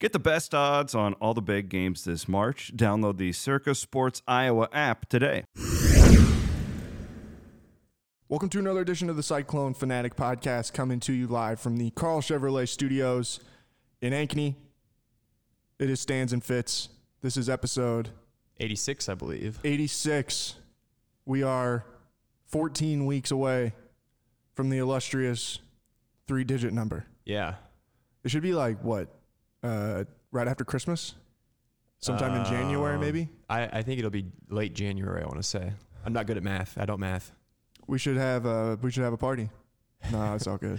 Get the best odds on all the big games this March. Download the Circa Sports Iowa app today. Welcome to another edition of the Cyclone Fanatic Podcast, coming to you live from the Carl Chevrolet Studios in Ankeny. It is Stands and Fits. This is episode 86, I believe. 86. We are 14 weeks away from the illustrious three digit number. Yeah. It should be like, what, uh, right after Christmas? Sometime in January, Um, maybe? I, I think it'll be late January, I want to say. I'm not good at math. I don't math. We should have a, we should have a party. Nah, it's all good.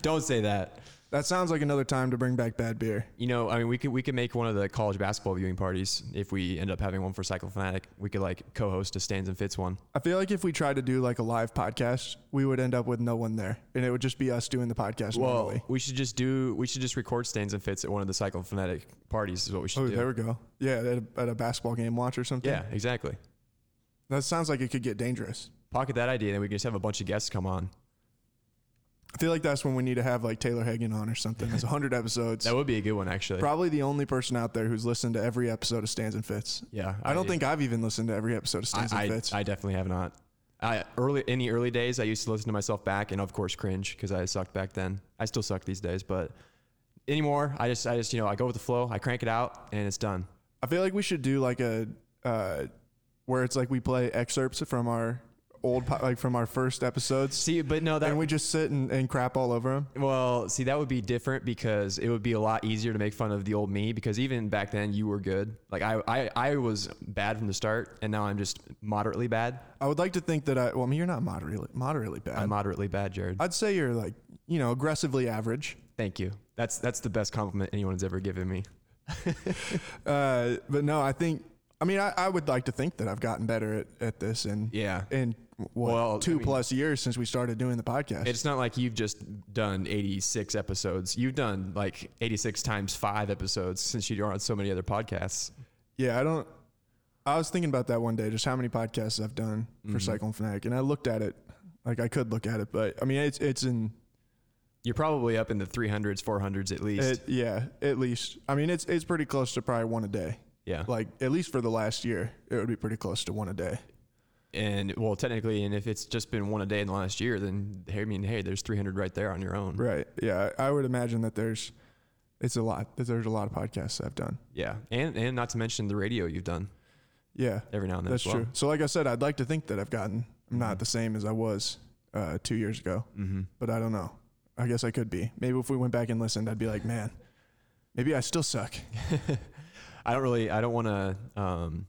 don't say that. That sounds like another time to bring back bad beer. You know, I mean, we could we could make one of the college basketball viewing parties if we end up having one for Cycle Fanatic. We could like co-host a stands and fits one. I feel like if we tried to do like a live podcast, we would end up with no one there, and it would just be us doing the podcast normally. we should just do we should just record stands and fits at one of the Cycle Fanatic parties. Is what we should Oh, do. there we go. Yeah, at a, at a basketball game watch or something. yeah, exactly. that sounds like it could get dangerous. Pocket that idea, and then we can just have a bunch of guests come on. I feel like that's when we need to have like Taylor Hagen on or something. It's 100 episodes. That would be a good one, actually. Probably the only person out there who's listened to every episode of Stands and Fits. yeah, I don't think I've even listened to every episode of Stands I, and I, Fits. I definitely have not. I early in the early days, I used to listen to myself back, and of course, cringe because I sucked back then. I still suck these days, but anymore, I just, I just, you know, I go with the flow. I crank it out, and it's done. I feel like we should do like a uh, where it's like we play excerpts from our old po- like from our first episodes, See, but no, that and we just sit and, and crap all over them. well, see, that would be different because it would be a lot easier to make fun of the old me because even back then, you were good. Like I, I, I was bad from the start, and now I'm just moderately bad. I would like to think that I. Well, I mean, you're not moderately moderately bad. I'm moderately bad, Jared. I'd say you're like you know aggressively average. Thank you. That's that's the best compliment anyone's ever given me. Uh, but no, I think. I mean, I, I would like to think that I've gotten better at, at this in Yeah. in what, Well, two I mean- plus years since we started doing the podcast. It's not like you've just done 86 episodes. You've done like 86 times five episodes since you're on so many other podcasts. yeah, I don't. I was thinking about that one day, just how many podcasts I've done for Mm-hmm. Cycle and Fanatic, and I looked at it. Like I could look at it, but I mean, it's it's in You're probably up in the 300s, 400s at least. it, yeah, at least. I mean, it's it's pretty close to probably one a day. yeah. Like at least for the last year, it would be pretty close to one a day. And well, technically, and if it's just been one a day in the last year, then hey, I mean, hey, there's 300 right there on your own. Right. Yeah. I I would imagine that there's, it's a lot. That there's a lot of podcasts I've done. Yeah. And and not to mention the radio you've done Yeah. every now and then. That's as well. true. So, like I said, I'd like to think that I've gotten, I'm not the same as I was uh, two years ago, Mm-hmm. but I don't know. I guess I could be. Maybe if we went back and listened, I'd be like, man, maybe I still suck. I don't really, I don't want to um,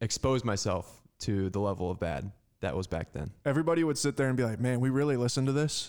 expose myself to the level of bad that was back then. Everybody would sit there and be like, man, we really listened to this.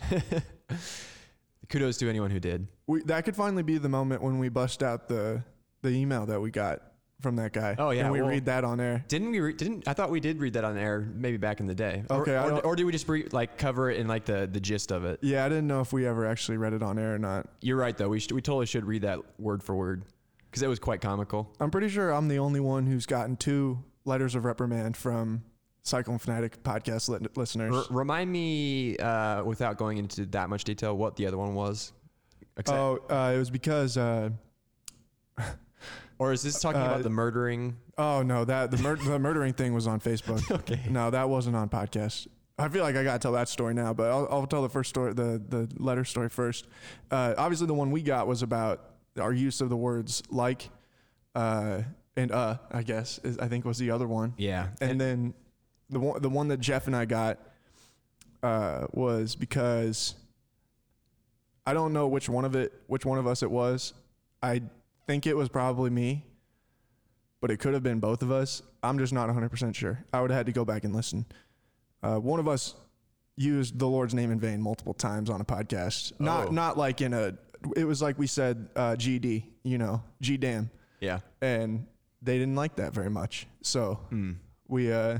Kudos to anyone who did. We, that could finally be the moment when we bust out the, the email that we got from that guy. Oh, yeah, And we well- read that on air. Didn't we? Re- didn't I thought we did read that on air maybe back in the day? Or- Okay, I Or, don't- or did we just re- like cover it in like the the gist of it? Yeah. I didn't know if we ever actually read it on air or not. You're right though. We should, we totally should read that word for word because it was quite comical. I'm pretty sure I'm the only one who's gotten two letters of reprimand from Cyclone Fanatic podcast lit- listeners. R- remind me uh, without going into that much detail what the other one was. Except, oh, uh, it was because. Uh, or is this talking uh, about the murdering? oh no, that the, mur- the murdering thing was on Facebook. Okay. No, that wasn't on podcast. I feel like I gotta tell that story now, but I'll, I'll tell the first story, the the letter story first. Uh, obviously, the one we got was about our use of the words like uh, and uh. I guess is, I think was the other one. Yeah. and then the one the one that Jeff and I got uh, was because I don't know which one of it which one of us it was. I think it was probably me, but it could have been both of us. I'm just not 100 percent sure. I would have had to go back and listen. Uh, one of us used the Lord's name in vain multiple times on a podcast. Not Oh. not like in a. It was like we said uh, GD, you know, G damn, yeah. and they didn't like that very much. So Hmm. we uh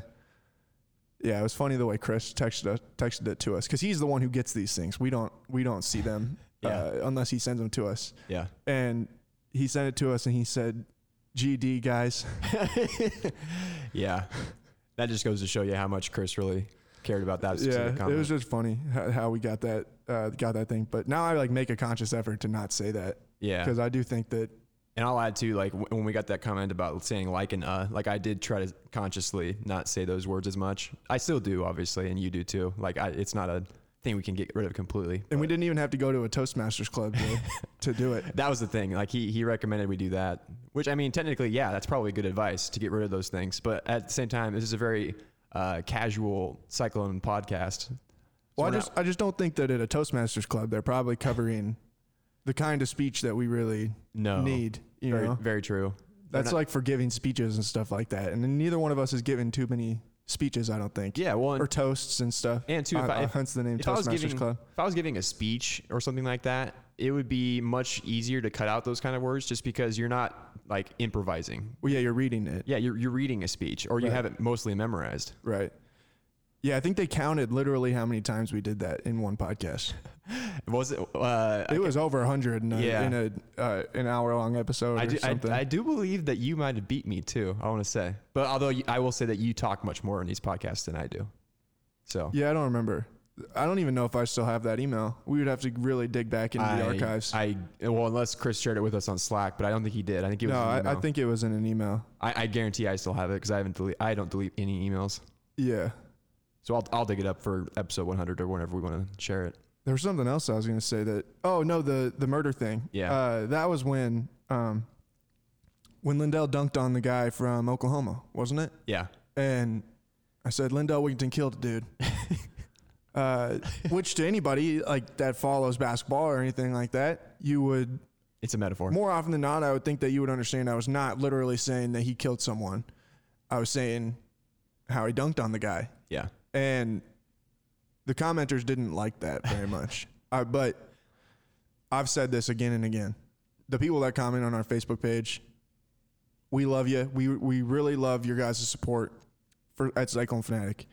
yeah, it was funny the way Chris texted us, texted it to us because he's the one who gets these things. We don't we don't see them uh, unless he sends them to us. Yeah. And he sent it to us and he said, "GD guys." yeah. That just goes to show you how much Chris really cared about that yeah, specific comment. it was just funny how, how we got that uh, got that thing. But now I like make a conscious effort to not say that Yeah. because I do think that And I'll add too, like wh- when we got that comment about saying like and uh, like I did try to consciously not say those words as much. I still do, obviously, and you do too. Like I, it's not a thing we can get rid of completely. and we but didn't even have to go to a Toastmasters club to, to do it. That was the thing. Like he he recommended we do that, which I mean, technically, yeah, that's probably good advice to get rid of those things. But at the same time, this is a very uh, casual cyclone podcast. So Well, I we're just not- I just don't think that at a Toastmasters club they're probably covering the kind of speech that we really no need. You Oh. very, know, very true. They're that's not- like for giving speeches and stuff like that. And then neither one of us has given too many speeches, I don't think, yeah. Well, and or toasts and stuff. And too, if Uh, I- uh, hence the name if I was Toastmasters giving- club. if I was giving a speech or something like that, it would be much easier to cut out those kind of words just because you're not like improvising. Well, yeah, you're reading it, Yeah, you're, you're reading a speech or you Right. have it mostly memorized. right? Yeah, I think they counted literally how many times we did that in one podcast. Was it? Uh, It was over a hundred in a, Yeah. in a uh, an hour long episode I or do, I, something. I do believe that you might have beat me too. I want to say, but although you, I will say that you talk much more in these podcasts than I do. So yeah, I don't remember. I don't even know if I still have that email. We would have to really dig back into I, the archives. I well, unless Chris shared it with us on Slack, but I don't think he did. I think he was. no, in I, I email. think it was in an email. I, I guarantee I still have it because I haven't delete. I don't delete any emails. Yeah. So I'll, I'll dig it up for episode 100 or whenever we want to share it. There was something else I was going to say that. Oh no, the the murder thing. Yeah. Uh, that was when um, when Lindell dunked on the guy from Oklahoma, wasn't it? Yeah. And I said Lindell Wigginton killed a dude. uh, which to anybody like that follows basketball or anything like that, you would It's a metaphor. more often than not, I would think that you would understand. I was not literally saying that he killed someone. I was saying how he dunked on the guy. yeah. and the commenters didn't like that very much. I, but I've said this again and again. The people that comment on our Facebook page, we love you. We we really love your guys' support for at Cyclone Fanatic.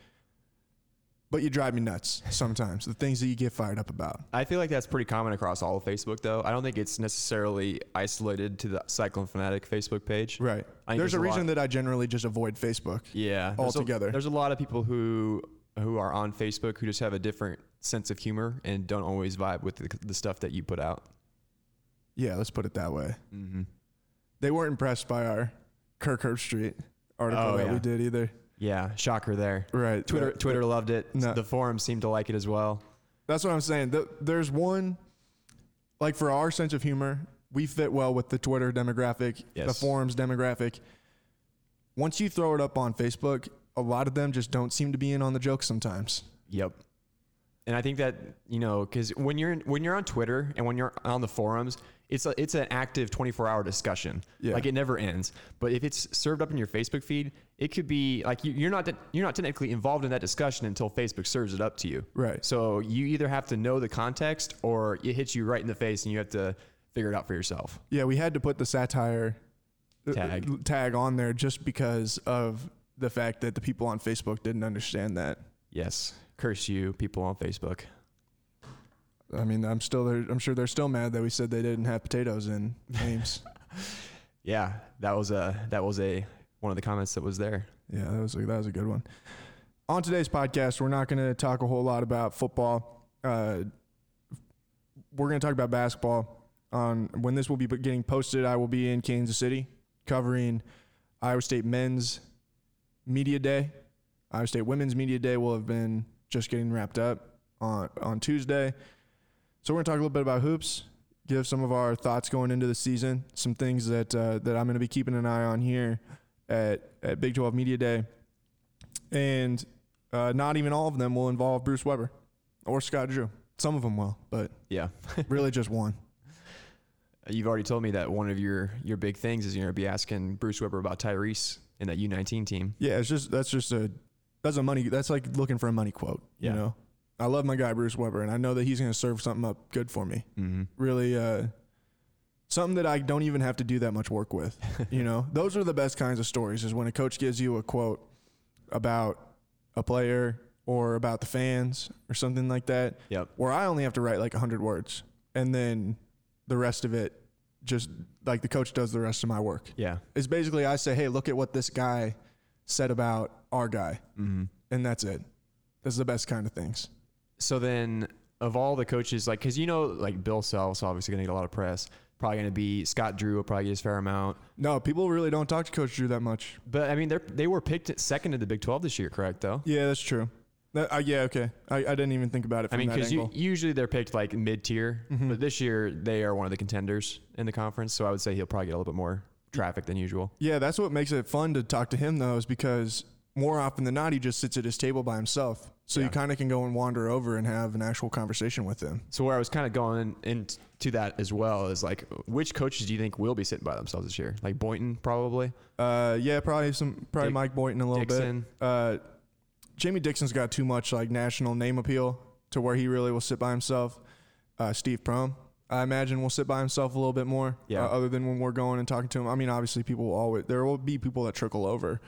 But you drive me nuts sometimes. the things that you get fired up about. I feel like that's pretty common across all of Facebook, though. I don't think it's necessarily isolated to the Cyclone Fanatic Facebook page. Right. I There's, think there's a, a reason lot- that I generally just avoid Facebook. Yeah. There's Altogether. a, there's a lot of people who who are on Facebook who just have a different sense of humor and don't always vibe with the, the stuff that you put out. Yeah, let's put it that way. Mm-hmm. They weren't impressed by our Kirk Herbstreit article Oh, that yeah. we did either. Yeah. Shocker there. Right. Twitter That- Twitter loved it. No. The forum seemed to like it as well. That's what I'm saying. Th there's one, like for our sense of humor, we fit well with the Twitter demographic, the Yes. forums demographic. Once you throw it up on Facebook, a lot of them just don't seem to be in on the joke sometimes. Yep. And I think that you know, because when you're when you're on Twitter and when you're on the forums, it's a, it's an active 24 hour discussion. Yeah. Like it never ends. But if it's served up in your Facebook feed, it could be like you, you're not that- you're not technically involved in that discussion until Facebook serves it up to you. Right. So you either have to know the context or it hits you right in the face and you have to figure it out for yourself. Yeah, we had to put the satire uh, Tag. tag on there just because of the fact that the people on Facebook didn't understand that. Yes. Curse you, people on Facebook. I mean, I'm still there. I'm sure they're still mad that we said they didn't have potatoes in names. Yeah, that was a that was a one of the comments that was there. Yeah, that was a, that was a good one. On today's podcast, we're not going to talk a whole lot about football. Uh, we're going to talk about basketball. On when this will be getting posted, I will be in Kansas City covering Iowa State men's media day. Iowa State women's media day will have been just getting wrapped up on on Tuesday. So we're going to talk a little bit about hoops, give some of our thoughts going into the season, some things that uh, that I'm going to be keeping an eye on here at, at Big 12 Media Day. And uh, not even all of them will involve Bruce Weber or Scott Drew. Some of them will, but Yeah. really just one. Uh, You've already told me that one of your your big things is you're gonna be asking Bruce Weber about Tyrese and that U19 team. Yeah, it's just that's just a that's a money that's like looking for a money quote. Yeah. You know, I love my guy Bruce Weber, and I know that he's going to serve something up good for me. Mm-hmm. Really, uh, something that I don't even have to do that much work with. you know, those are the best kinds of stories. Is when a coach gives you a quote about a player or about the fans or something like that. Yep. where I only have to write like 100 words and then the rest of it just like the coach does the rest of my work. Yeah. It's basically I say, "Hey, look at what this guy said about our guy." Mm-hmm. And that's it. That's the best kind of things. So then, of all the coaches, like, because you know, like Bill Self's obviously gonna get a lot of press. Probably going to be Scott Drew will probably get his fair amount. No, people really don't talk to Coach Drew that much. But I mean, they they were picked at second in the Big 12 this year, correct? Though. Yeah, that's true. That, uh, yeah, okay. I, I didn't even think about it I from mean, that because angle. Mm-hmm. usually they're picked like mid tier, but this year they are one of the contenders in the conference. So I would say he'll probably get a little bit more traffic than usual. yeah, that's what makes it fun to talk to him though, is because more often than not he just sits at his table by himself. So you kind of can go and wander over and have an actual conversation with him. So where I was kind of going into that as well is like, which coaches do you think will be sitting by themselves this year? Like Boynton, probably. Uh, yeah, probably some probably Dick- Mike Boynton a little Dixon. bit. Uh, Jamie Dixon's got too much like national name appeal to where he really will sit by himself. Uh, Steve Prom, I imagine, will sit by himself a little bit more. Yeah. uh, other than when we're going and talking to him, I mean, obviously people will always there will be people that trickle over,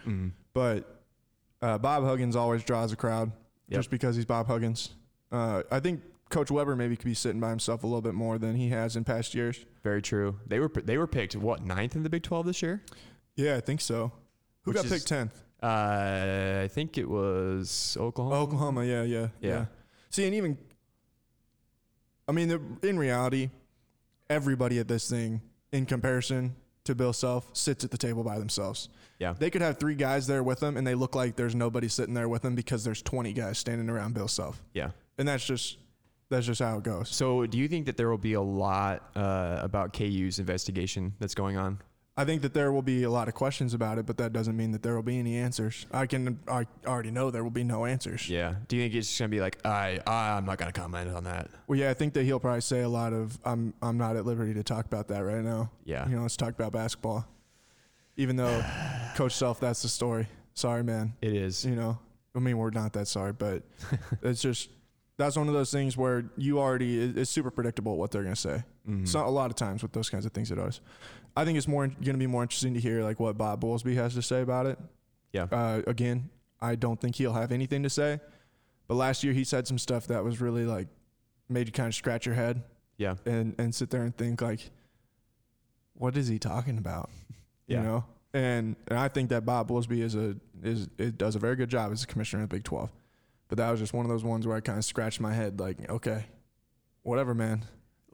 but uh, Bob Huggins always draws a crowd Yep. just because he's Bob Huggins. Uh, I think Coach Weber maybe could be sitting by himself a little bit more than he has in past years. Very true. They were they were picked what ninth in the Big 12 this year? Yeah, I think so. Who Which got is- picked tenth? Uh, I think it was Oklahoma. Oklahoma, yeah, yeah, Yeah. yeah, See, and even, I mean, the- in reality, everybody at this thing, in comparison to Bill Self, sits at the table by themselves. Yeah. They could have three guys there with them, and they look like there's nobody sitting there with them because there's 20 guys standing around Bill Self, Yeah. and that's just that's just how it goes. So do you think that there will be a lot uh, about KU's investigation that's going on? I think that there will be a lot of questions about it, but that doesn't mean that there will be any answers. I can I already know there will be no answers. Yeah. Do you think it's just gonna be like I, I I'm not gonna comment on that? Well, yeah, I think that he'll probably say a lot of I'm I'm not at liberty to talk about that right now. Yeah. You know, let's talk about basketball. Even though Coach Self, that's the story. Sorry, man. It is. You know, I mean, we're not that sorry, but it's just that's one of those things where you already it- it's super predictable what they're gonna say. It's not a lot of times with those kinds of things it is. I think it's more gonna be more interesting to hear like what Bob Bowlesby has to say about it. Yeah. Uh, again, I don't think he'll have anything to say. But last year he said some stuff that was really like made you kind of scratch your head Yeah. and and sit there and think like, what is he talking about? Yeah. You know. And and I think that Bob Bowlesby is a is it does a very good job as a commissioner of the Big Twelve. But that was just one of those ones where I kind of scratched my head like, okay, whatever, man.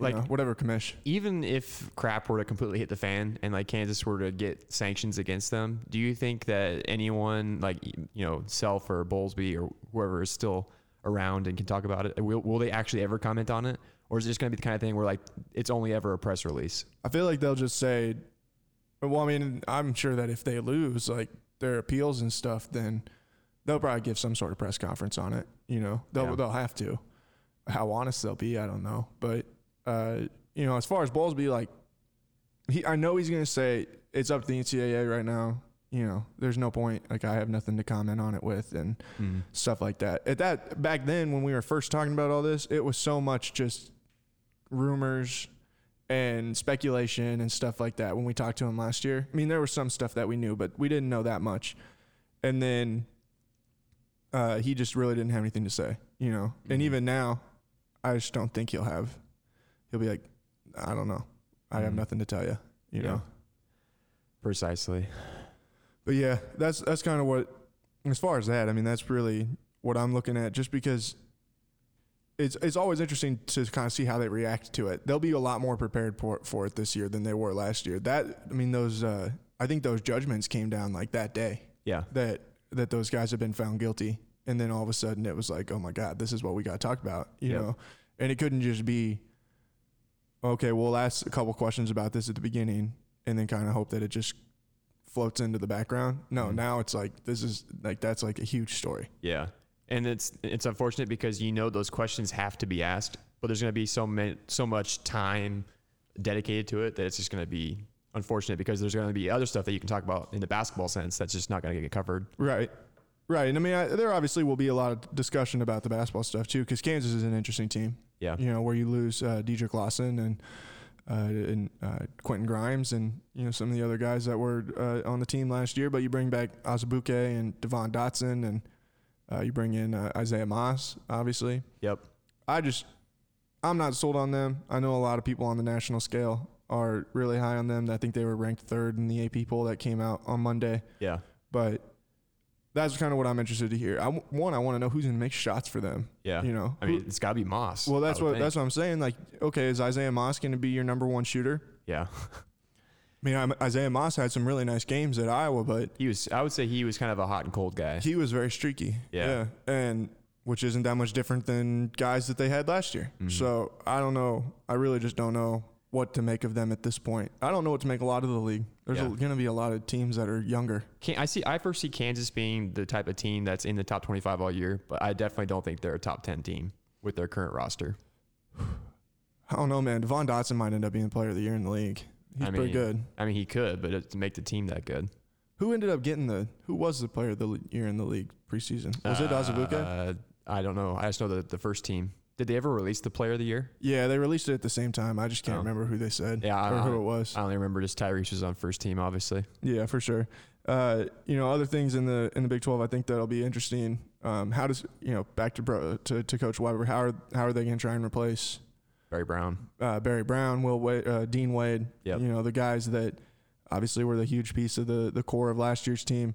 You Like- know, whatever, commish. Even if crap were to completely hit the fan and like Kansas were to get sanctions against them, do you think that anyone like you know Self or Bowlesby or whoever is still around and can talk about it will, will they actually ever comment on it, or is it just gonna be the kind of thing where like it's only ever a press release? I feel like they'll just say, well, I mean, I'm sure that if they lose, like their appeals and stuff, then they'll probably give some sort of press conference on it. You know, they'll Yeah. they'll have to. How honest they'll be, I don't know. But uh, you know, as far as Bowlesby, like he, I know he's gonna say it's up to the NCAA right now. You know, there's no point. Like I have nothing to comment on it with, and stuff like that. At that back then when we were first talking about all this, it was so much just rumors and speculation and stuff like that when we talked to him last year. I mean, there was some stuff that we knew, but we didn't know that much. And then uh, he just really didn't have anything to say, you know. And Mhm. even now, I just don't think he'll have. He'll be like, I don't know. I have Mhm. nothing to tell you, you Yeah. know. Precisely. But yeah, that's that's kind of what as far as that, I mean, that's really what I'm looking at just because it's it's always interesting to kind of see how they react to it. They'll be a lot more prepared for, for it this year than they were last year. That I mean those uh I think those judgments came down like that day Yeah. that that those guys have been found guilty and then all of a sudden it was like, "Oh my god, this is what we got to talk about," you Yep. know. And it couldn't just be okay, we'll ask a couple questions about this at the beginning and then kind of hope that it just floats into the background. No, Mhm. now it's like this is like that's like a huge story. Yeah, and it's it's unfortunate because you know those questions have to be asked, but there's going to be so many, so much time dedicated to it that it's just going to be unfortunate because there's going to be other stuff that you can talk about in the basketball sense that's just not going to get covered. Right. Right. And I mean, I, there obviously will be a lot of discussion about the basketball stuff too, because Kansas is an interesting team. Yeah, you know, where you lose uh, Dedrick Lawson and uh, and uh, Quentin Grimes and you know some of the other guys that were uh, on the team last year, but you bring back Azubuke and Devon Dotson, and uh, you bring in uh, Isaiah Moss. Obviously, yep, I just I'm not sold on them. I know a lot of people on the national scale are really high on them. I think they were ranked third in the AP poll that came out on Monday, yeah, but that's kind of what I'm interested to hear. I w- one, I want to know who's going to make shots for them. yeah. You know, I mean, it's got to be Moss. well, that's I would what think. that's what I'm saying. Like, okay, is Isaiah Moss going to be your number one shooter? Yeah, I mean, I'm- Isaiah Moss had some really nice games at Iowa, but he was. I would say he was kind of a hot and cold guy. he was very streaky. Yeah. And which isn't that much different than guys that they had last year. Mm-hmm. So I don't know. I really just don't know what to make of them at this point. I don't know what to make a lot of the league. There's Yeah. going to be a lot of teams that are younger. Can, I see. I foresee Kansas being the type of team that's in the top twenty-five all year, but I definitely don't think they're a top ten team with their current roster. I don't know, man. Devon Dotson might end up being player of the year in the league. He's I pretty mean- good. I mean, he could, but it- to make the team that good, Who ended up getting the? Who was the player of the year in the league preseason? Was it Azabuka? Uh, I don't know. I just know the the first team. Did they ever release the player of the year? Yeah, they released it at the same time. I just can't Oh. remember who they said Yeah, I or don't who know. it was. I only remember just Tyrese was on first team, obviously. Yeah, for sure. Uh, you know, other things in the in the Big Twelve, I think that'll be interesting. Um, how does you know back to bro, to, to Coach Weber? How are how are they going to try and replace Barry Brown. uh, Barry Brown, Will Wade, uh, Dean Wade? Yep. You know the guys that obviously were the huge piece of the the core of last year's team.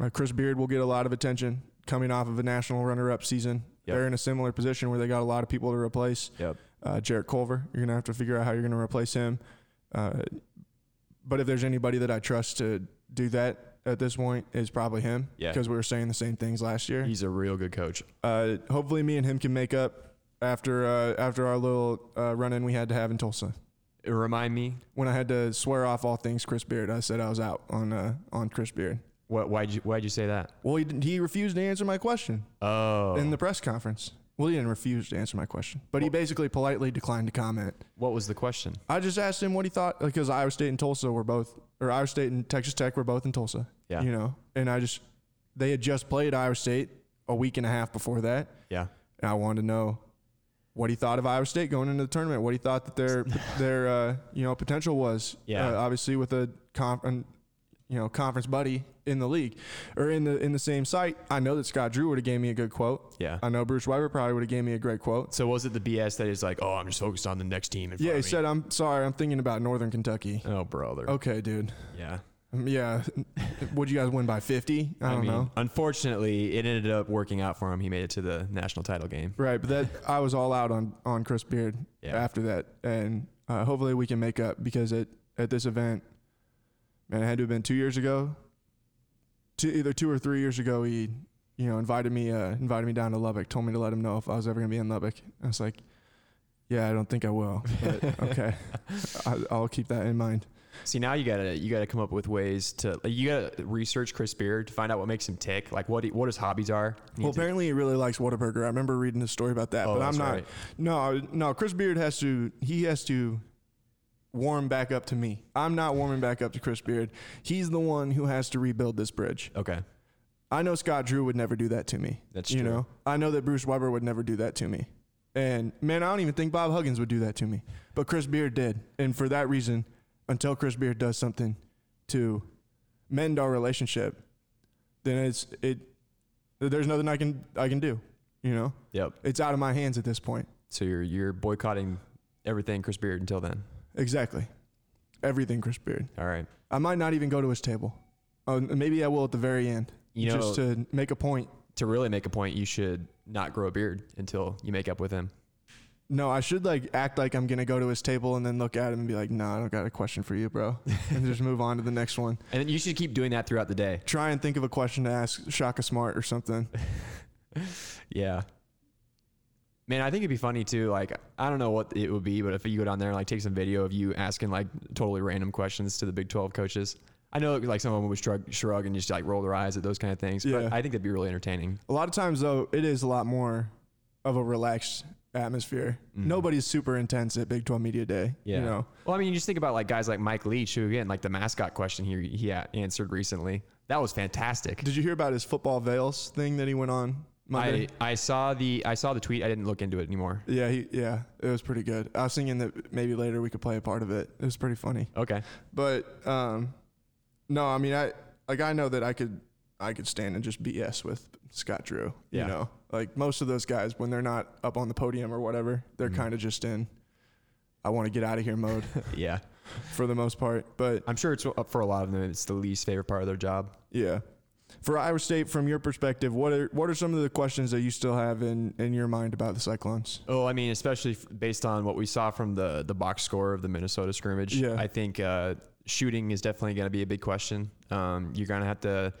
Uh, Chris Beard will get a lot of attention coming off of a national runner up season. Yep. They're in a similar position where they got a lot of people to replace. Yep. Uh, Jarrett Culver, you're gonna have to figure out how you're gonna replace him. Uh, but if there's anybody that I trust to do that at this point, is probably him. Yeah. Because we were saying the same things last year. He's a real good coach. Uh, hopefully, me and him can make up after uh, after our little uh, run in we had to have in Tulsa. Remind me, When I had to swear off all things Chris Beard, I said I was out on uh, on Chris Beard. what? Why'd you Why'd you say that? Well, he didn't, he refused to answer my question Oh, in the press conference. Well, he didn't refuse to answer my question, but he basically politely declined to comment. what was the question? I just asked him what he thought because Iowa State and Tulsa were both, or Iowa State and Texas Tech were both in Tulsa. Yeah. You know, and I just, they had just played Iowa State a week and a half before that. Yeah, And I wanted to know what he thought of Iowa State going into the tournament, what he thought that their, their, uh, you know, potential was. Yeah. Uh, obviously with a conf- an you know, conference buddy in the league or in the, in the same site. I know that Scott Drew would have gave me a good quote. yeah. I know Bruce Weber probably would have gave me a great quote. So was it the BS that is like, oh, I'm just focused on the next team? In front Yeah, he of me? said, "I'm sorry, I'm thinking about Northern Kentucky." Oh, brother. Okay, dude. Yeah. Um, Yeah, would you guys win by 50? I don't know. unfortunately, it ended up working out for him. He made it to the national title game. Right, but that I was all out on on Chris Beard Yeah. after that, and uh, hopefully we can make up because it at this event, man, it had to have been two years ago, two, either two or three years ago. He, you know, invited me uh, invited me down to Lubbock, told me to let him know if I was ever gonna be in Lubbock. I was like, yeah, I don't think I will, but okay, I, I'll keep that in mind. See, now you gotta you gotta come up with ways to you gotta research Chris Beard to find out what makes him tick, like what he, what his hobbies are. Well, apparently he really likes Whataburger. I remember reading a story about that, Oh, but I'm that's not. right. No, no. Chris Beard has to. He has to warm back up to me. I'm not warming back up to Chris Beard. He's the one who has to rebuild this bridge. okay, I know Scott Drew would never do that to me. That's you true. know. I know that Bruce Weber would never do that to me. And man, I don't even think Bob Huggins would do that to me. But Chris Beard did. And for that reason, until Chris Beard does something to mend our relationship, then it's it there's nothing I can I can do. You know? yep. It's out of my hands at this point. So you're you're boycotting everything Chris Beard until then. Exactly. Everything Chris Beard. All right. I might not even go to his table. Uh, maybe I will at the very end. You know, just to make a point. to really make a point, you should not grow a beard until you make up with him. No, I should like act like I'm gonna go to his table and then look at him and be like, "No, I don't got a question for you, bro," and just move on to the next one. And then you should keep doing that throughout the day. Try and think of a question to ask Shaka Smart or something. Yeah. Man, I think it'd be funny too. Like, I don't know what it would be, but if you go down there and like take some video of you asking like totally random questions to the Big 12 coaches, I know like some of them would shrug, shrug and just like roll their eyes at those kind of things. Yeah. But I think that'd be really entertaining. A lot of times, though, it is a lot more of a relaxed atmosphere. Nobody's super intense at Big 12 Media Day. Mm-hmm. Yeah. You know, Well, I mean, you just think about like guys like Mike Leach, who again, like the mascot question he he a- answered recently. That was fantastic. did you hear about his football veils thing that he went on? Monday? I, I saw the I saw the tweet. I didn't look into it anymore. yeah, he, yeah, it was pretty good. I was thinking that maybe later we could play a part of it. It was pretty funny. Okay. But um, no, I mean, I like I know that I could I could stand and just BS with Scott Drew. Yeah. You know, like most of those guys when they're not up on the podium or whatever, they're kind of just in. I want to get out of here mode Yeah. for the most part. But uh, I'm sure it's up for a lot of them. It's the least favorite part of their job. yeah, For Iowa State, from your perspective, what are what are some of the questions that you still have in in your mind about the Cyclones? Oh, I mean, especially f- based on what we saw from the the box score of the Minnesota scrimmage. Yeah. I think uh, shooting is definitely going to be a big question. Um, you're going to have to.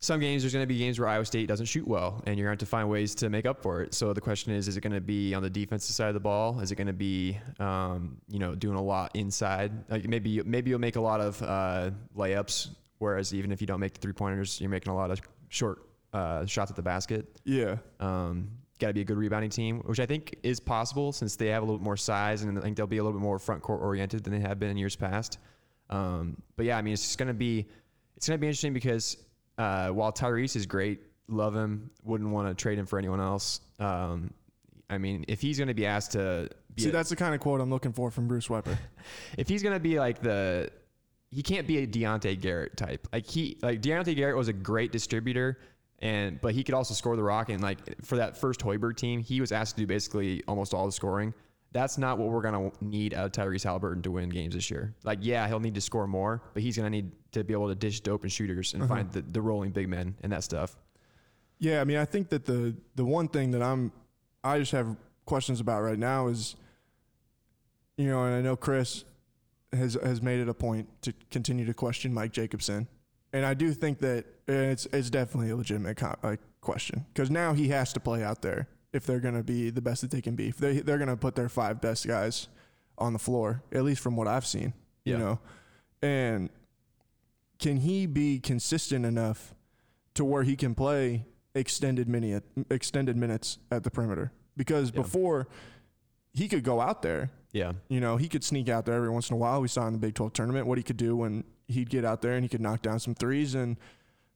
Some games there's going to be games where Iowa State doesn't shoot well, and you're going to have to find ways to make up for it. So the question is, is it going to be on the defensive side of the ball? Is it going to be, um, you know, doing a lot inside? Like maybe maybe you'll make a lot of uh, layups, whereas even if you don't make the three pointers, you're making a lot of short uh, shots at the basket. Yeah, Um, Got to be a good rebounding team, which I think is possible since they have a little bit more size and I think they'll be a little bit more front court oriented than they have been in years past. Um, but yeah, I mean, it's just gonna be it's gonna be interesting because uh, while Tyrese is great, love him, wouldn't want to trade him for anyone else. Um, I mean, if he's gonna be asked to be see, a- that's the kind of quote I'm looking for from Bruce Weber. if he's gonna be like the he can't be a Deontay Garrett type. Like he like Deontay Garrett was a great distributor and but he could also score the rock and like for that first Hoiberg team, he was asked to do basically almost all the scoring. That's not what we're gonna need out of Tyrese Halliburton to win games this year. Like, yeah, he'll need to score more, but he's gonna need to be able to dish to open shooters and find the, the rolling big men and that stuff. Yeah, I mean, I think that the the one thing that I'm I just have questions about right now is, you know, and I know Chris has has made it a point to continue to question Mike Jacobson, and I do think that it's it's definitely a legitimate co- like question because now he has to play out there if they're going to be the best that they can be. If they they're going to put their five best guys on the floor, at least from what I've seen, Yeah. you know, and can he be consistent enough? to where he can play extended mini extended minutes at the perimeter because Yeah. before he could go out there Yeah. you know he could sneak out there every once in a while we saw in the Big 12 tournament what he could do when he'd get out there and he could knock down some threes and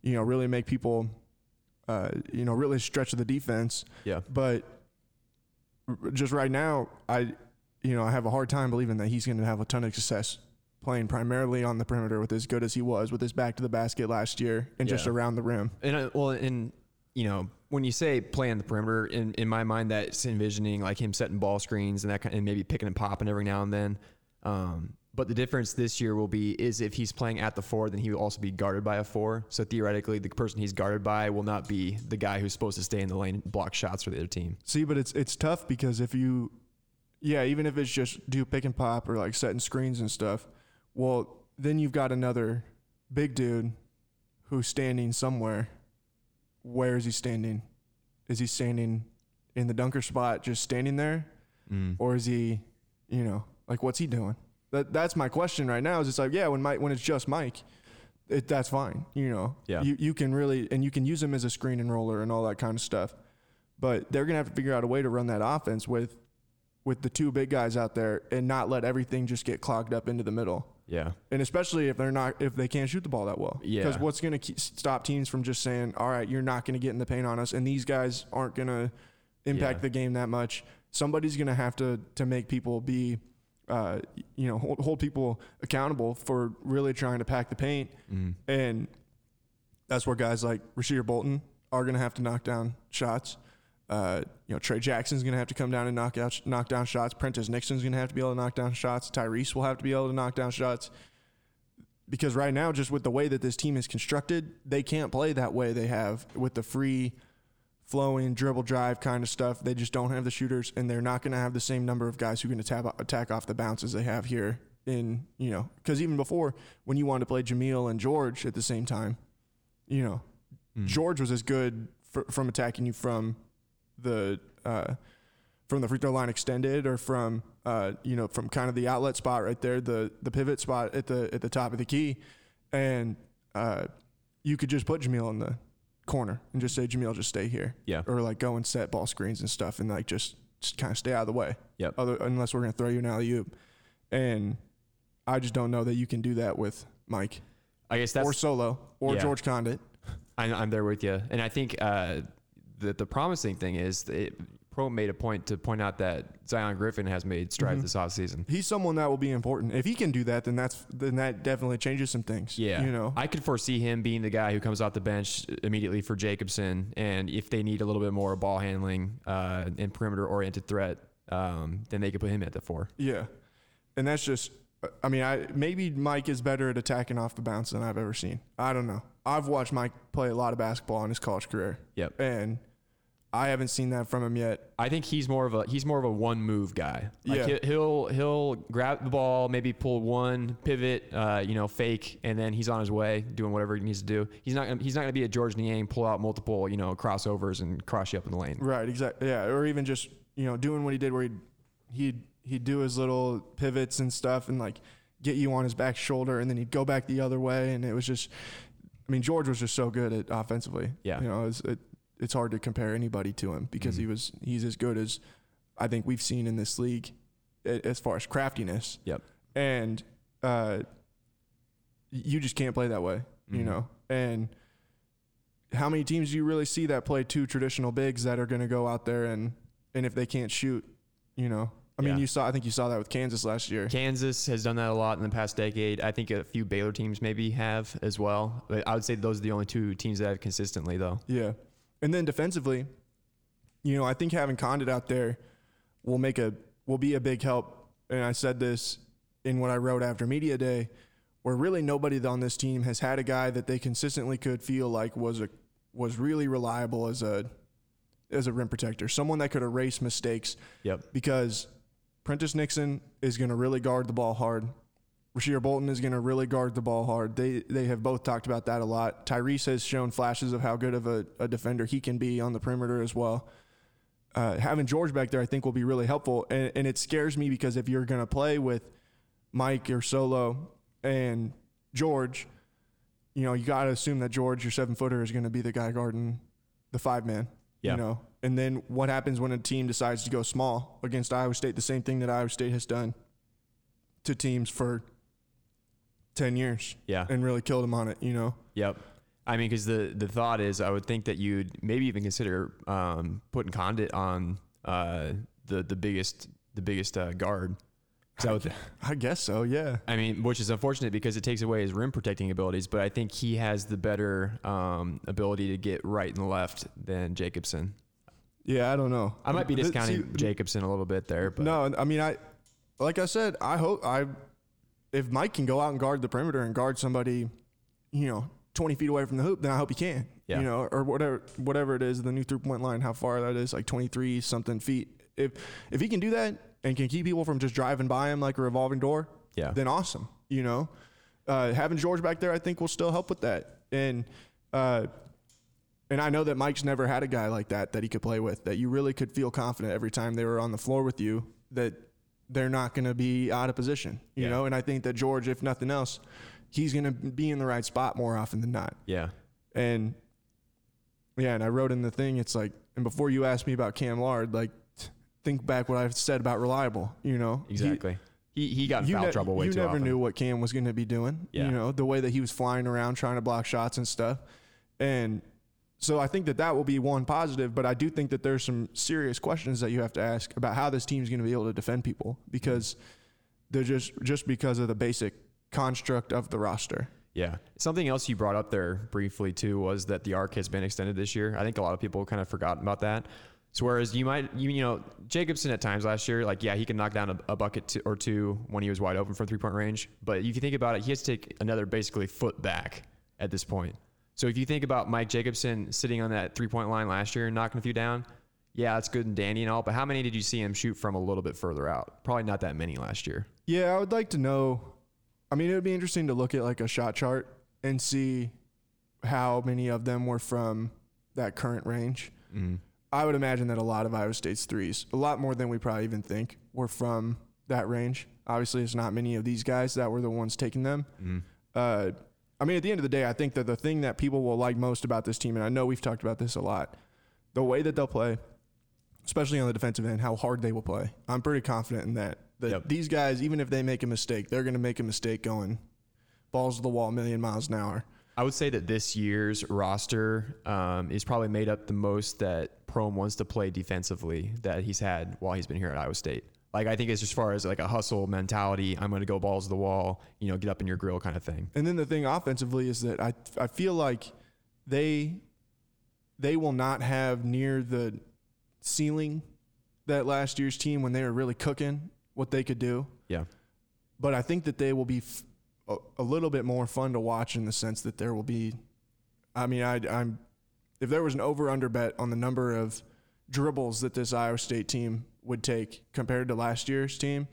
you know really make people uh, you know really stretch the defense Yeah. but r- just right now I you know I have a hard time believing that he's going to have a ton of success playing primarily on the perimeter with as good as he was with his back to the basket last year and just Yeah. around the rim And I, well, and you know, when you say playing the perimeter, in, in my mind, that's envisioning like him setting ball screens and that kind, and maybe picking and popping every now and then. Um, but the difference this year will be is if he's playing at the four, then he will also be guarded by a four. So theoretically, the person he's guarded by will not be the guy who's supposed to stay in the lane and block shots for the other team. See, but it's it's tough because if you, yeah, even if it's just do pick and pop or like setting screens and stuff, well, then you've got another big dude who's standing somewhere. Where is he standing? Is he standing in the dunker spot, just standing there, or is he, you know, like what's he doing? That that's my question right now. Is it's like yeah, when Mike when it's just Mike, it, that's fine. You know, Yeah. you you can really and you can use him as a screen and roller and all that kind of stuff. But they're gonna have to figure out a way to run that offense with with the two big guys out there and not let everything just get clogged up into the middle. Yeah. And especially if they're not if they can't shoot the ball that well. Yeah. Because what's gonna keep, stop teams from just saying, all right, you're not gonna get in the paint on us, and these guys aren't gonna impact Yeah. the game that much. Somebody's gonna have to to make people be. Uh, you know, hold, hold people accountable for really trying to pack the paint Mm. and that's where guys like Rasheed Bolton are going to have to knock down shots. Uh, you know, Trey Jackson's going to have to come down and knock out, knock down shots. Prentice Nixon's going to have to be able to knock down shots. Tyrese will have to be able to knock down shots. Because right now, just with the way that this team is constructed, they can't play that way. They have with the free flowing dribble drive kind of stuff. They just don't have the shooters, and they're not going to have the same number of guys who can attack attack off the bounce as they have here. In you know, because even before when you wanted to play Jameel and George at the same time, you know, George was as good fr from attacking you from the uh, from the free throw line extended or from uh, you know from kind of the outlet spot right there, the the pivot spot at the at the top of the key, and uh, you could just put Jameel in the corner and just say Jameel just stay here, Yeah. or like go and set ball screens and stuff and like just just kind of stay out of the way. Yep. Other unless we're gonna throw you an alley oop, and I just don't know that you can do that with Mike I guess that's or Solo or Yeah. George Condit. I'm, I'm there with you. And I think uh, the, the promising thing is that Pro made a point to point out that Zion Griffin has made strides this offseason. he's someone that will be important. If he can do that, then that's then that definitely changes some things. Yeah. you know, I could foresee him being the guy who comes off the bench immediately for Jacobson. And if they need a little bit more ball handling uh, and perimeter oriented threat, um, then they could put him at the four. yeah, and that's just I mean, I maybe Mike is better at attacking off the bounce than I've ever seen. I don't know. I've watched Mike play a lot of basketball in his college career. Yep. And I haven't seen that from him yet. I think he's more of a he's more of a one move guy. Like Yeah. he- he'll he'll grab the ball, maybe pull one pivot, uh, you know, fake, and then he's on his way doing whatever he needs to do. He's not gonna, he's not going to be a George Niang pull out multiple you know crossovers and cross you up in the lane. Right, exactly. Yeah, or even just you know doing what he did, where he'd he'd he'd do his little pivots and stuff, and like get you on his back shoulder, and then he'd go back the other way, and it was just, I mean, George was just so good at offensively. Yeah. you know, it's it, it's hard to compare anybody to him because he was he's as good as I think we've seen in this league a- as far as craftiness. Yep. and uh, you just can't play that way, Mhm. you Mm-hmm. know, and how many teams do you really see that play two traditional bigs that are going to go out there and and if they can't shoot, you know, I mean, Yeah. you saw I think you saw that with Kansas last year. Kansas has done that a lot in the past decade. I think a few Baylor teams maybe have as well. But I would say those are the only two teams that have consistently though. Yeah, and then defensively, you know, I think having Condit out there will make a will be a big help. And I said this in what I wrote after media day, where really nobody on this team has had a guy that they consistently could feel like was a was really reliable as a as a rim protector, someone that could erase mistakes Yep. because Prentice Nixon is going to really guard the ball hard. Rasheer Bolton is going to really guard the ball hard. They they have both talked about that a lot. Tyrese has shown flashes of how good of a, a defender he can be on the perimeter as well. Uh, having George back there, I think, will be really helpful. And, and it scares me because if you're going to play with Mike or Solo and George, you know, you got to assume that George, your seven footer, is going to be the guy guarding the five man. Yeah. You know, and then what happens when a team decides to go small against Iowa State? The same thing that Iowa State has done to teams for 10 years Yeah. and really killed them on it, you know? Yep. I mean, because the the thought is, I would think that you'd maybe even consider um, putting Condit on uh, the the biggest the biggest uh, guard. 'Cause I, would, I guess so, yeah. I mean, which is unfortunate because it takes away his rim protecting abilities. But I think he has the better um, ability to get right and left than Jacobson. Yeah, I don't know. I might be Th- discounting see, Jacobson a little bit there, but No, I mean I like I said, I hope I if Mike can go out and guard the perimeter and guard somebody, you know, twenty feet away from the hoop, then I hope he can. Yeah. You know, or whatever whatever it is, the new three point line, how far that is, like twenty three something feet. If if he can do that and can keep people from just driving by him like a revolving door, yeah, then awesome. You know, uh, having George back there, I think will still help with that. And uh, and I know that Mike's never had a guy like that that he could play with that you really could feel confident every time they were on the floor with you that they're not going to be out of position. You Yeah. know, and I think that George, if nothing else, he's going to be in the right spot more often than not. yeah, And yeah, and I wrote in the thing, it's like, and before you asked me about Cam Lard, like. t- Think back what I've said about reliable. You know, He- exactly. He he got in foul ne- trouble way you too never often. knew what Cam was going to be doing. Yeah. You know the way that he was flying around trying to block shots and stuff, and so I think that that will be one positive. But I do think that there's some serious questions that you have to ask about how this team's going to be able to defend people because they're just just because of the basic construct of the roster. Yeah. Something else you brought up there briefly too was that the arc has been extended this year. I think a lot of people kind of forgotten about that. So whereas you might you, you know Jacobson at times last year like yeah he can knock down a, a bucket to, or two when he was wide open from three point range, but if you think about it, he has to take another basically foot back at this point. So if you think about Mike Jacobson sitting on that three point line last year and knocking a few down, yeah, that's good and dandy and all, but how many did you see him shoot from a little bit further out? Probably not that many last year. Yeah, I would like to know. I mean, it would be interesting to look at like a shot chart and see how many of them were from that current range. I would imagine that a lot of Iowa State's threes, a lot more than we probably even think, were from that range. Obviously, it's not many of these guys that were the ones taking them. Uh, I mean, at the end of the day, I think that the thing that people will like most about this team, and I know we've talked about this a lot, the way that they'll play, especially on the defensive end, how hard they will play. I'm pretty confident in that. That Yep. these guys, even if they make a mistake, they're going to make a mistake going balls to the wall, a million miles an hour. I would say that this year's roster um, is probably made up the most that Prohm wants to play defensively that he's had while he's been here at Iowa State. Like I think it's as far as like a hustle mentality. I'm going to go balls to the wall. You know, get up in your grill kind of thing. And then the thing offensively is that I I feel like they they will not have near the ceiling that last year's team when they were really cooking what they could do. Yeah. but I think that they will be f- a, a little bit more fun to watch in the sense that there will be. I mean, I, I'm if there was an over under bet on the number of dribbles that this Iowa State team would take compared to last year's team,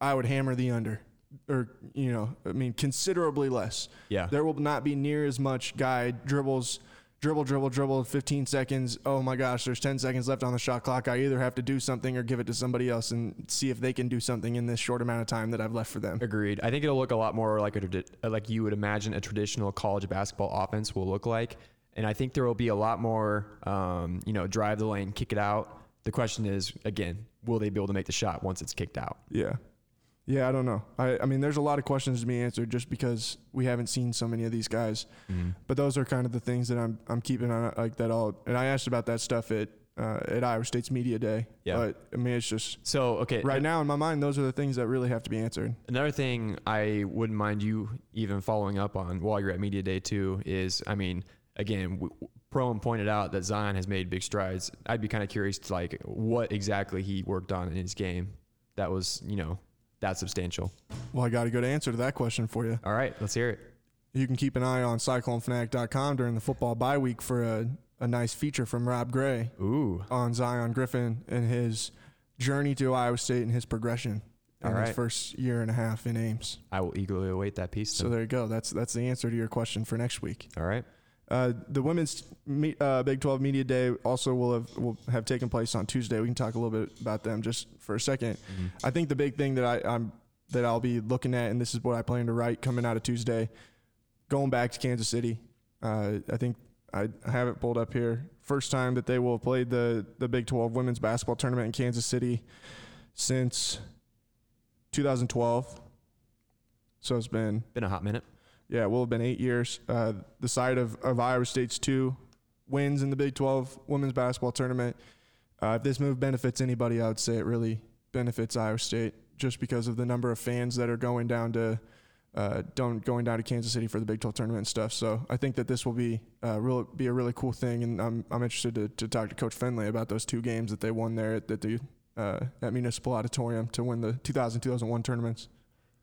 I would hammer the under, or you know, I mean, considerably less. Yeah. there will not be near as much guy dribbles. Dribble, dribble, dribble, 15 seconds. Oh my gosh, there's 10 seconds left on the shot clock. I either have to do something or give it to somebody else and see if they can do something in this short amount of time that I've left for them. Agreed. I think it'll look a lot more like a tradi- uh, like you would imagine a traditional college basketball offense will look like, and I think there will be a lot more, um, you know, drive the lane, kick it out. The question is, again, will they be able to make the shot once it's kicked out? Yeah. Yeah, I don't know. I, I mean, there's a lot of questions to be answered just because we haven't seen so many of these guys. But those are kind of the things that I'm I'm keeping on like that all. And I asked about that stuff at uh, at Iowa State's media day. Yeah. But I mean, it's just So okay, right now in my mind, those are the things that really have to be answered. Another thing I wouldn't mind you even following up on while you're at media day too is, I mean, again, w- w- Prohm pointed out that Zion has made big strides. I'd be kind of curious to like what exactly he worked on in his game that was, you know, that substantial. Well, I got a good answer to that question for you. All right, let's hear it. You can keep an eye on CycloneFanatic.com during the football bye week for a, a nice feature from Rob Gray Ooh, on Zion Griffin and his journey to Iowa State and his progression in All right. his first year and a half in Ames. I will eagerly await that piece. So then. there you go. That's that's the answer to your question for next week. All right. Uh, the women's me, uh, Big Twelve Media Day also will have will have taken place on Tuesday. We can talk a little bit about them just for a 2nd Mm-hmm. I think the big thing that I, I'm that I'll be looking at, and this is what I plan to write coming out of Tuesday, going back to Kansas City. Uh, I think I I have it pulled up here. First time that they will have played the the Big Twelve Women's Basketball Tournament in Kansas City since 2012. So it's been Been a hot minute. yeah, it will have been eight years. Uh, the side of, of Iowa State's two wins in the Big 12 women's basketball tournament. Uh, if this move benefits anybody, I would say it really benefits Iowa State just because of the number of fans that are going down to uh, don't going down to Kansas City for the Big 12 tournament and stuff. So I think that this will be uh, real be a really cool thing, and I'm I'm interested to, to talk to Coach Finley about those two games that they won there at, at the uh, at Municipal Auditorium to win the 2000 2001 tournaments.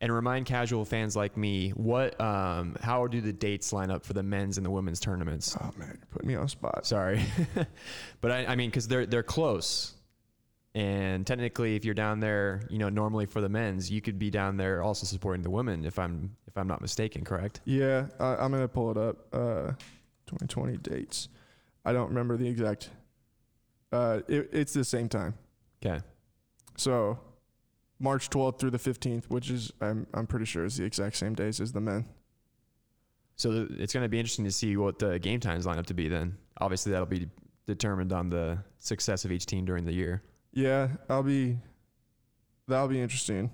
And remind casual fans like me, what, um, how do the dates line up for the men's and the women's tournaments? Oh man, you're putting me on the spot. Sorry, but I, I mean, because they're they're close, and technically, if you're down there, you know, normally for the men's, you could be down there also supporting the women. If I'm if I'm not mistaken, correct? Yeah, I, I'm gonna pull it up. Uh, 2020 dates. I don't remember the exact. Uh, it, it's the same time. Okay, So, March 12th through the 15th, which is I'm I'm pretty sure is the exact same days as the men. so th- it's going to be interesting to see what the game times line up to be. Then, obviously, that'll be determined on the success of each team during the year. Yeah, I'll be. That'll be interesting.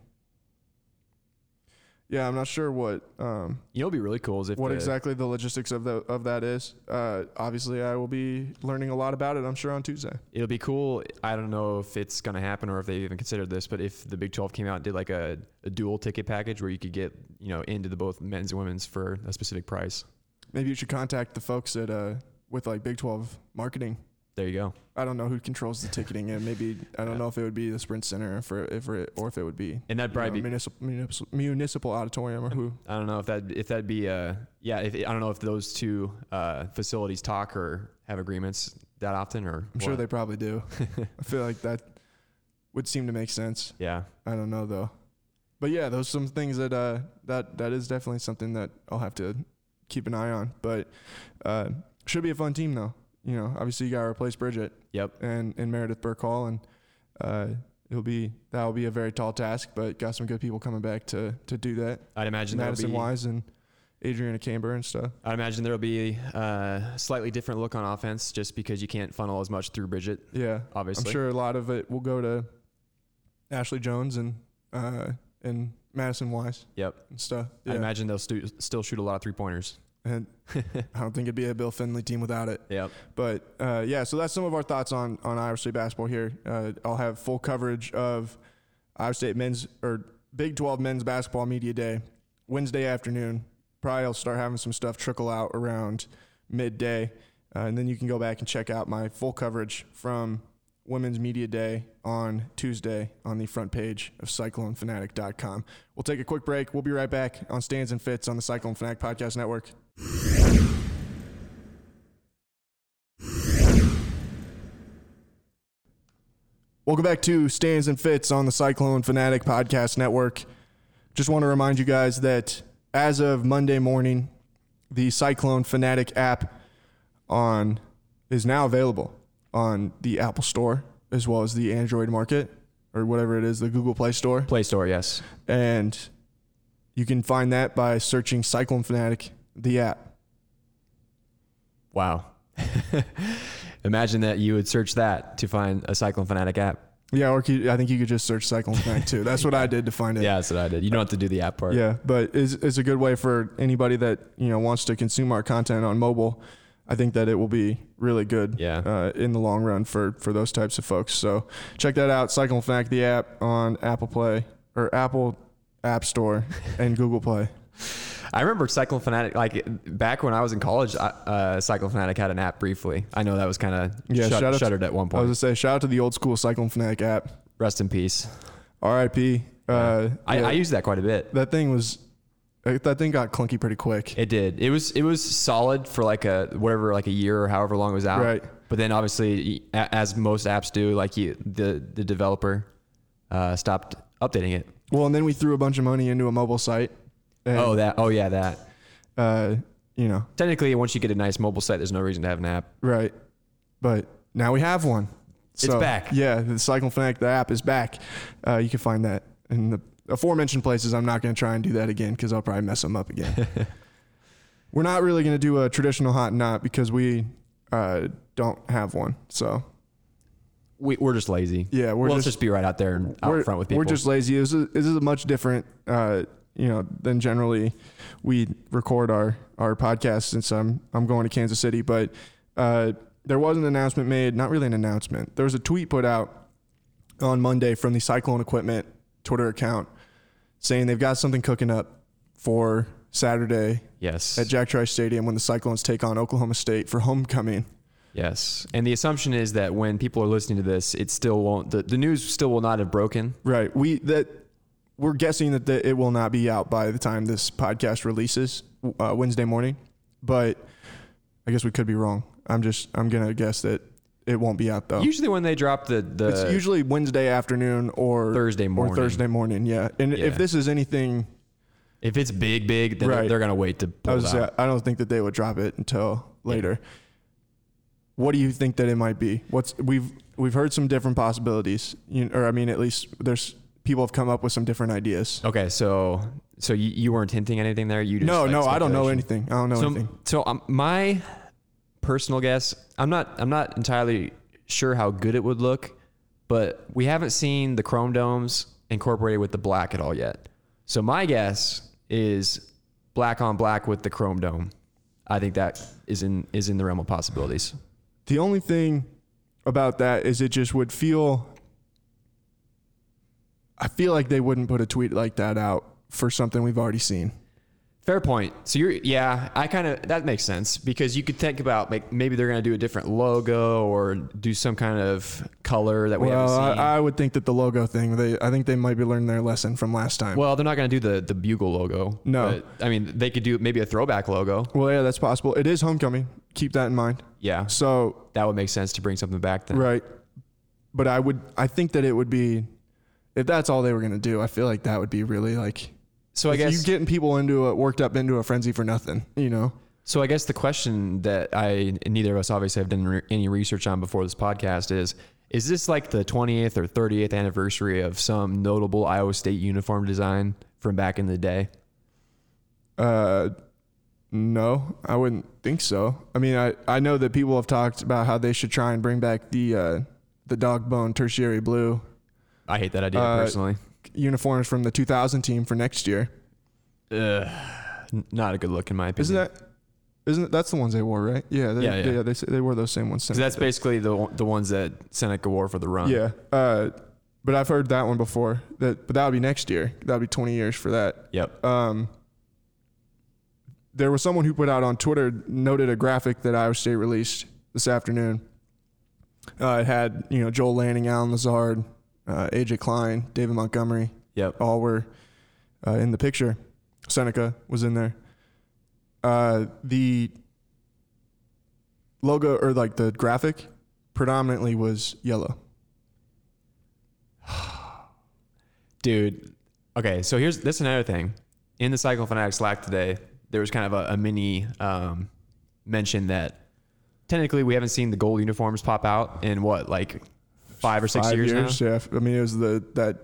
Yeah, I'm not sure what um, You know, it'd be really cool is if what the- exactly the logistics of the of that is. Uh, obviously, I will be learning a lot about it. I'm sure on Tuesday. It'll be cool. I don't know if it's going to happen or if they even considered this, but if the Big 12 came out and did like a, a dual ticket package where you could get, you know, into the both men's and women's for a specific price. Maybe you should contact the folks at uh, with like Big 12 marketing. There you go. I don't know who controls the ticketing, and maybe I don't know if it would be the Sprint Center if it, if it, or if it would be And that'd you know, probably be, municipal, municipal municipal auditorium or who. I don't know if that, if that'd be, uh, yeah, if, I don't know if those two, uh, facilities talk or have agreements that often or, I'm sure what. they probably do. I feel like that would seem to make sense. yeah. I don't know though, but yeah, those some things that uh that that is definitely something that I'll have to keep an eye on. But uh, should be a fun team though. You know, obviously you got to replace Bridget. Yep. and and Meredith Burke Hall, and uh, it'll be that will be a very tall task, but got some good people coming back to to do that. I'd imagine that'll Madison be, Wise and Adriana Camber and stuff. I'd imagine there'll be a slightly different look on offense just because you can't funnel as much through Bridget. Yeah, Obviously. I'm sure a lot of it will go to Ashley Jones and uh, and Madison Wise. Yep. and stuff. I Yeah, imagine they'll stu- still shoot a lot of three pointers. and I don't think it'd be a Bill Finley team without it. Yep. But uh, yeah, so that's some of our thoughts on on Iowa State basketball here. Uh, I'll have full coverage of Iowa State men's or Big 12 men's basketball media day Wednesday afternoon. Probably I'll start having some stuff trickle out around midday, uh, and then you can go back and check out my full coverage from Women's Media Day on Tuesday on the front page of CycloneFanatic.com. We'll take a quick break. We'll be right back on Stands and Fits on the Cyclone Fanatic Podcast Network. Welcome back to Stands and Fits on the Cyclone Fanatic Podcast Network. Just want to remind you guys that as of Monday morning, the Cyclone Fanatic app on is now available on the Apple Store as well as the Android market or whatever it is, the Google Play Store. Play Store, yes. And you can find that by searching Cyclone Fanatic, the app. Wow. Imagine that you would search that to find a Cyclone Fanatic app. Yeah, or c- I think you could just search Cyclone Fanatic too. That's what I did to find it. Yeah, that's what I did. You don't have to do the app part. Yeah, but it's, it's a good way for anybody that you know wants to consume our content on mobile. I think that it will be really good Yeah. uh, in the long run for for those types of folks. So check that out. Cycle and Fanatic the app on Apple Play or Apple App Store and Google Play. I remember Cyclone Fanatic, like back when I was in college, I, uh, Cyclone Fanatic had an app briefly. I know that was kind of Yeah, shout out to- shuttered at I one was point. gonna say shout out to the old school Cycle and Fanatic app. Rest in peace. R.I.P. Uh, I, yeah, I used that quite a bit. that thing was uh, that thing got clunky pretty quick. It did. It was it was solid for like a whatever like a year or however long it was out. Right. But then obviously, a- as most apps do, like you, the the developer uh, stopped updating it. Well, and then we threw a bunch of money into a mobile site. And, Oh that. Oh yeah, that. uh, you know, Technically, once you get a nice mobile site, there's no reason to have an app. Right. But now we have one. It's back. Yeah, the Cycle Fanatic the app is back. Uh, you can find that in the aforementioned places. I'm not going to try and do that again because I'll probably mess them up again. We're not really going to do a traditional hot knot because we uh, don't have one. So We, we're just lazy. yeah, we're Well, let's just just be right out there and out front with people. We're just lazy. This is, this is much different, uh, you know, than generally we record our our podcast since I'm I'm going to Kansas City. But uh, there was an announcement made, not really an announcement. There was a tweet put out on Monday from the Cyclone Equipment Twitter account saying they've got something cooking up for Saturday yes. at Jack Trice Stadium when the Cyclones take on Oklahoma State for homecoming. Yes. And the assumption is that when people are listening to this, it still won't, the, the news still will not have broken. Right. We that we're guessing that the, it will not be out by the time this podcast releases uh, Wednesday morning, but I guess we could be wrong. I'm just I'm gonna guess that it won't be out though. Usually when they drop the, the Oh. it's usually Wednesday afternoon or uh, Thursday morning, or Thursday morning. Yeah. And Yeah. if this is anything, if it's big, big, then Right. they're going to wait to I pull was it out. uh, I don't think that they would drop it until later. What do you think that it might be? What's we've we've heard some different possibilities, you, or I mean, at least there's people have come up with some different ideas. okay. So, so you, you weren't hinting anything there. You just, No, like, no, I don't know speculation. anything. I don't know anything. So, so um, my personal guess, I'm not, I'm not entirely sure how good it would look, but we haven't seen the chrome domes incorporated with the black at all yet. So my guess is black on black with the chrome dome. I think that is in is in the realm of possibilities. The only thing about that is it just would feel. I feel like they wouldn't put a tweet like that out for something we've already seen. Fair point. So you're yeah, I kind of that makes sense because you could think about like maybe they're gonna do a different logo or do some kind of color that we well, haven't seen. I, I would think that the logo thing. They, I think they might be learning their lesson from last time. Well, Well, they're not going to do the the bugle logo. No. But, I mean, they could do maybe a throwback logo. yeah, that's possible. It is homecoming. Keep that in mind. Yeah, So that would make sense to bring something back then. right, but I would. I think that it would be, if that's all they were gonna do. I feel like that would be really like. So I you guess getting people into a worked up into a frenzy for nothing. You know. so I guess the question that I neither of us obviously have done re- any research on before this podcast is is this like the 20th or 30th anniversary of some notable Iowa State uniform design from back in the day? Uh, no, I wouldn't think so. I mean, I, I know that people have talked about how they should try and bring back the uh, the dog bone tertiary blue I hate that idea Uh, personally. uniforms from the 2000 team for next year. N- Not a good look in my opinion. Isn't that isn't that's the ones they wore, right? Yeah, they, Yeah, yeah. they, they, they wore those same ones. So that's basically the one- the ones that Seneca wore for the run. yeah. Uh, but I've heard that one before. That but that would be next year. That would be 20 years for that. Yep. um, there was someone who put out on Twitter noted a graphic that Iowa State released this afternoon Uh, it had you know Joel Lanning, Alan Lazard, uh, AJ Klein, David Montgomery, Yep. all were uh, in the picture. Seneca was in there. Uh, the logo or like the graphic predominantly was yellow. Dude. Okay, so here's that's another thing. In the Cycle Fanatic Slack today, there was kind of a, a mini um, mention that technically we haven't seen the gold uniforms pop out in what, like five or six Five years, now? Yeah, I mean it was the that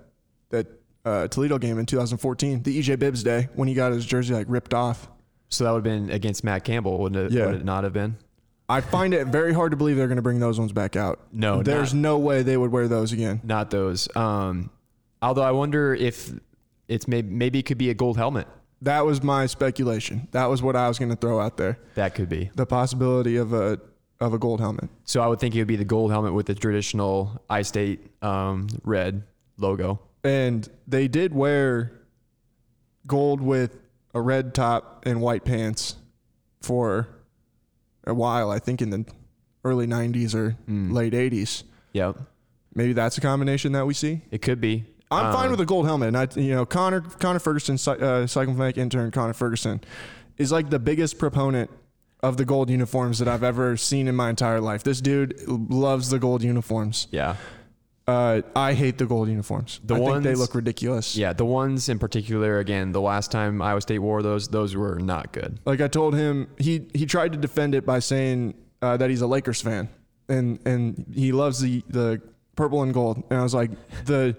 that uh, Toledo game in 2014, the EJ Bibbs day when he got his jersey like ripped off. So that would have been against Matt Campbell, wouldn't it, Yeah. would it not have been? I find it very hard to believe they're going to bring those ones back out. No, there's no way they would wear those again. Not those. Um, although I wonder if it's maybe, maybe it could be a gold helmet. That was my speculation. That was what I was going to throw out there. That could be. The possibility of a of a gold helmet. So I would think it would be the gold helmet with the traditional I State um, red logo. And they did wear gold with a red top and white pants for a while, I think in the early 90s or Hmm. late 80s. Yep, Maybe that's a combination that we see. it could be. I'm fine Um, with a gold helmet. And I, you know, Connor Connor Ferguson, cy- uh, cycling fanatic intern Connor Ferguson, is like the biggest proponent of the gold uniforms that I've ever seen in my entire life. This dude loves the gold uniforms. Yeah, Uh, I hate the gold uniforms. The I think they ones- look ridiculous. yeah. The ones in particular, again, the last time Iowa State wore those, those were not good. Like I told him, he he tried to defend it by saying uh, that he's a Lakers fan and and he loves the the purple and gold. And I was like the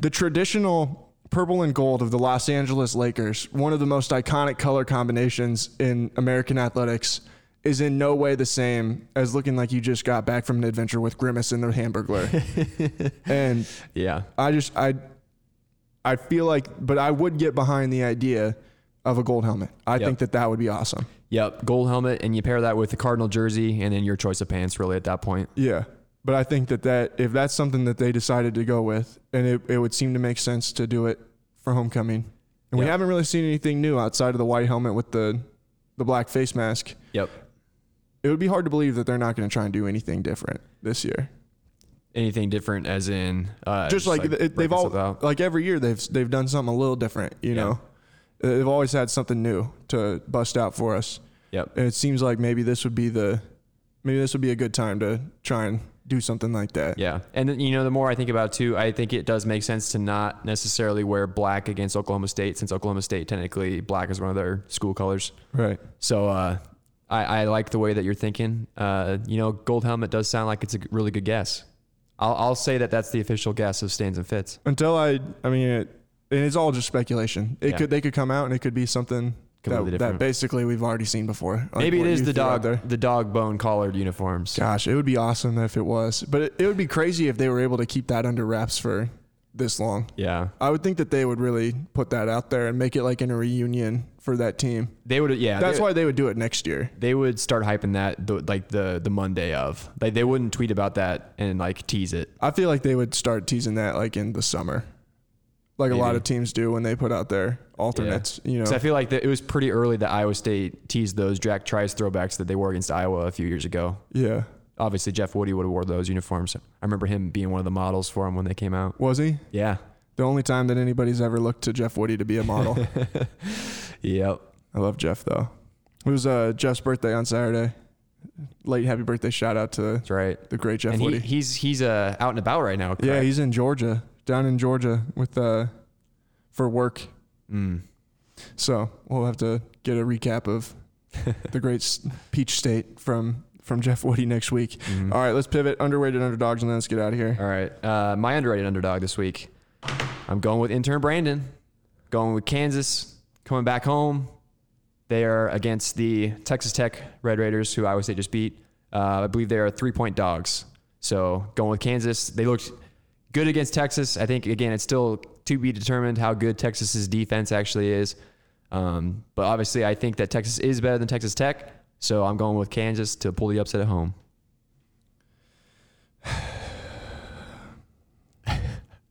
the traditional purple and gold of the Los Angeles Lakers, one of the most iconic color combinations in American athletics. Is in no way the same as looking like you just got back from an adventure with Grimace and the Hamburglar. and Yeah, I just I I feel like, but I would get behind the idea of a gold helmet. I think that that would be awesome. yep. Gold helmet, and you pair that with the Cardinal jersey, and then your choice of pants. Really, at that point, Yeah, but I think that that if that's something that they decided to go with, and it, it would seem to make sense to do it for homecoming, and we Yeah. haven't really seen anything new outside of the white helmet with the the black face mask. yep. It would be hard to believe that they're not going to try and do anything different this year. Anything different, as in uh, just like, th- they've breaking all stuff out. like every year they've they've done something a little different. You Yeah. know, they've always had something new to bust out for us. Yep. And it seems like maybe this would be the maybe this would be a good time to try and do something like that. Yeah. And then, you know, the more I think about it too, I think it does make sense to not necessarily wear black against Oklahoma State since Oklahoma State technically black is one of their school colors. Right. So uh, I, I like the way that you're thinking. Uh, you know, gold helmet does sound like it's a really good guess. I'll, I'll say that that's the official guess of stands and fits. Until I I mean it and it's all just speculation. It Yeah. could they could come out and it could be something Completely that, that different. basically we've already seen before. Like Maybe it what is you the threw out dog the dog bone collared uniforms. Gosh, it would be awesome if it was. But it, it would be crazy if they were able to keep that under wraps for this long. Yeah. I would think that they would really put that out there and make it like in a reunion for that team. They would yeah. That's they, why they would do it next year. they would start hyping that the, like the the Monday of. Like they wouldn't tweet about that and like tease it. I feel like they would start teasing that like in the summer, like a lot Maybe. of teams do when they put out their alternates. You know, Because I feel like that it was pretty early that Iowa State teased those Jack Trice throwbacks that they wore against Iowa a few years ago. yeah, Obviously, Jeff Woody would have wore those uniforms. I remember him being one of the models for them when they came out. was he Yeah. the only time that anybody's ever looked to Jeff Woody to be a model? Yep. I love Jeff though. It was uh, Jeff's birthday on Saturday. Late happy birthday shout out to That's right. the great Jeff and he, Woody. he's he's uh, out and about right now. yeah, correct? he's in Georgia, down in Georgia with uh, for work. Mm. So we'll have to get a recap of the great s- Peach State from from Jeff Woody next week. Mhm. All right, let's pivot underrated underdogs and then let's get out of here. All right. Uh, my underrated underdog this week. I'm going with intern Brandon. Going with Kansas. Coming back home. They are against the Texas Tech Red Raiders, who Iowa State just beat. Uh, I believe they are three point dogs. So going with Kansas. They looked good against Texas. I think, again, it's still to be determined how good Texas's defense actually is. Um, but obviously, I think that Texas is better than Texas Tech. So I'm going with Kansas to pull the upset at home.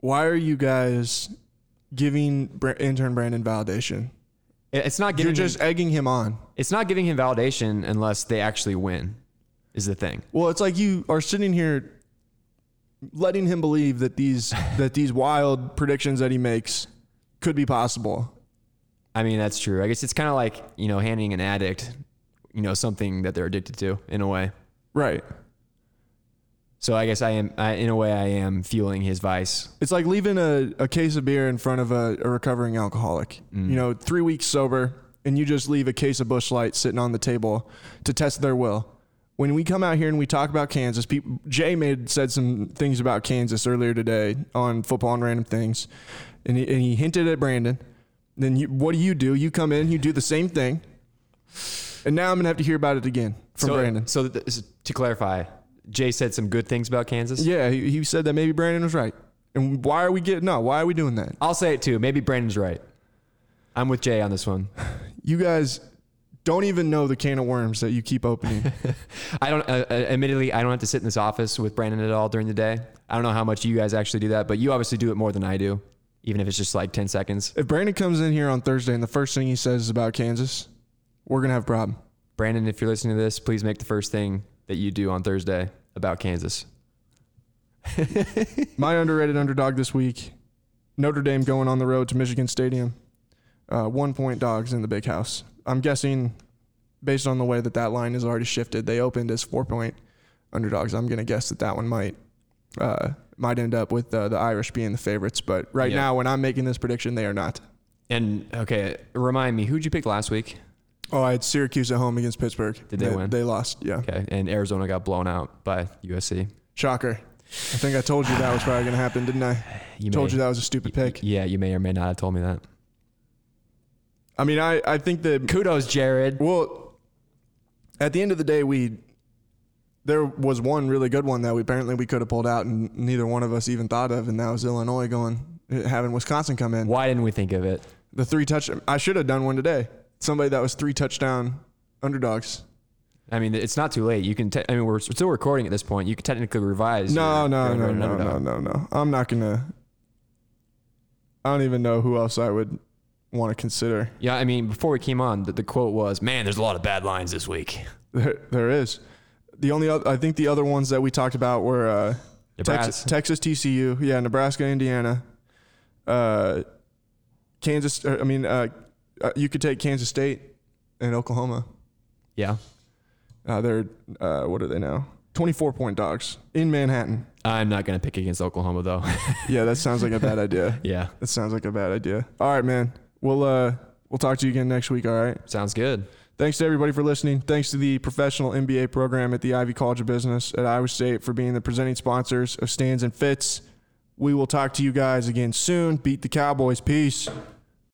Why are you guys giving Bra- intern Brandon validation? It- It's not You're giving just egging him on. It's not giving him validation unless they actually win. is the thing. Well, it's like you are sitting here letting him believe that these that these wild predictions that he makes could be possible. I mean, that's true. I guess it's kind of like, you know, handing an addict, you know, something that they're addicted to in a way. Right. So I guess I am, I, in a way, I am fueling his vice. It's like leaving a, a case of beer in front of a, a recovering alcoholic. You know, three weeks sober, and you just leave a case of Bush Light sitting on the table to test their will. When we come out here and we talk about Kansas, people, Jay made said some things about Kansas earlier today on football and random things, and he, and he hinted at Brandon. Then you, what do you do? You come in, you do the same thing, and now I'm gonna have to hear about it again from so, Brandon. So th- this is- to clarify, Jay said some good things about Kansas. Yeah, he, he said that maybe Brandon was right. And why are we getting no? Why are we doing that? I'll say it too. Maybe Brandon's right. I'm with Jay on this one. You guys don't even know the can of worms that you keep opening. I don't, uh, uh, admittedly, I don't have to sit in this office with Brandon at all during the day. I don't know how much you guys actually do that, but you obviously do it more than I do, even if it's just like 10 seconds. if Brandon comes in here on Thursday and the first thing he says is about Kansas, we're gonna have a problem. Brandon, if you're listening to this, please make the first thing that you do on Thursday about Kansas. My underrated underdog this week, Notre Dame going on the road to Michigan Stadium. Uh, one point dogs in the big house. I'm guessing, based on the way that that line has already shifted, they opened as four point underdogs. I'm gonna guess that that one might uh, might end up with uh, the Irish being the favorites. But right Yeah. now, when I'm making this prediction, they are not. And okay, remind me, who'd you pick last week? Oh, I had Syracuse at home against Pittsburgh. Did they win? They lost. Yeah. Okay, and Arizona got blown out by USC. Shocker. I think I told you that was probably going to happen, didn't I? You told may- you that was a stupid pick. Yeah, you may or may not have told me that. I mean, I, I think that Kudos, Jared. well, at the end of the day, we there was one really good one that we apparently we could have pulled out, and neither one of us even thought of, and that was Illinois going having Wisconsin come in. Why didn't we think of it? The three touch. I should have done one today. Somebody that was three touchdown underdogs. I mean, it's not too late. You can. Te- I mean, we're still recording at this point. You could technically revise. No, your- no, your no, underdog. no, no, no, no. I'm not gonna. I don't even know who else I would want to consider. Yeah, I mean, before we came on, the, the quote was, "Man, there's a lot of bad lines this week." There, there is. The only other, I think the other ones that we talked about were uh, Texas, Nebraska. Texas, TCU, yeah, Nebraska, Indiana, uh, Kansas. Or, I mean, uh, uh, you could take Kansas State and Oklahoma. Yeah, Uh, they're uh, what are they now? Twenty-four point dogs in Manhattan. I'm not gonna pick against Oklahoma though. Yeah, that sounds like a bad idea. yeah, That sounds like a bad idea. All right, man. We'll uh, we'll talk to you again next week. All right. sounds good. Thanks to everybody for listening. Thanks to the professional MBA program at the Ivy College of Business at Iowa State for being the presenting sponsors of Stands and Fits. We will talk to you guys again soon. Beat the Cowboys. Peace.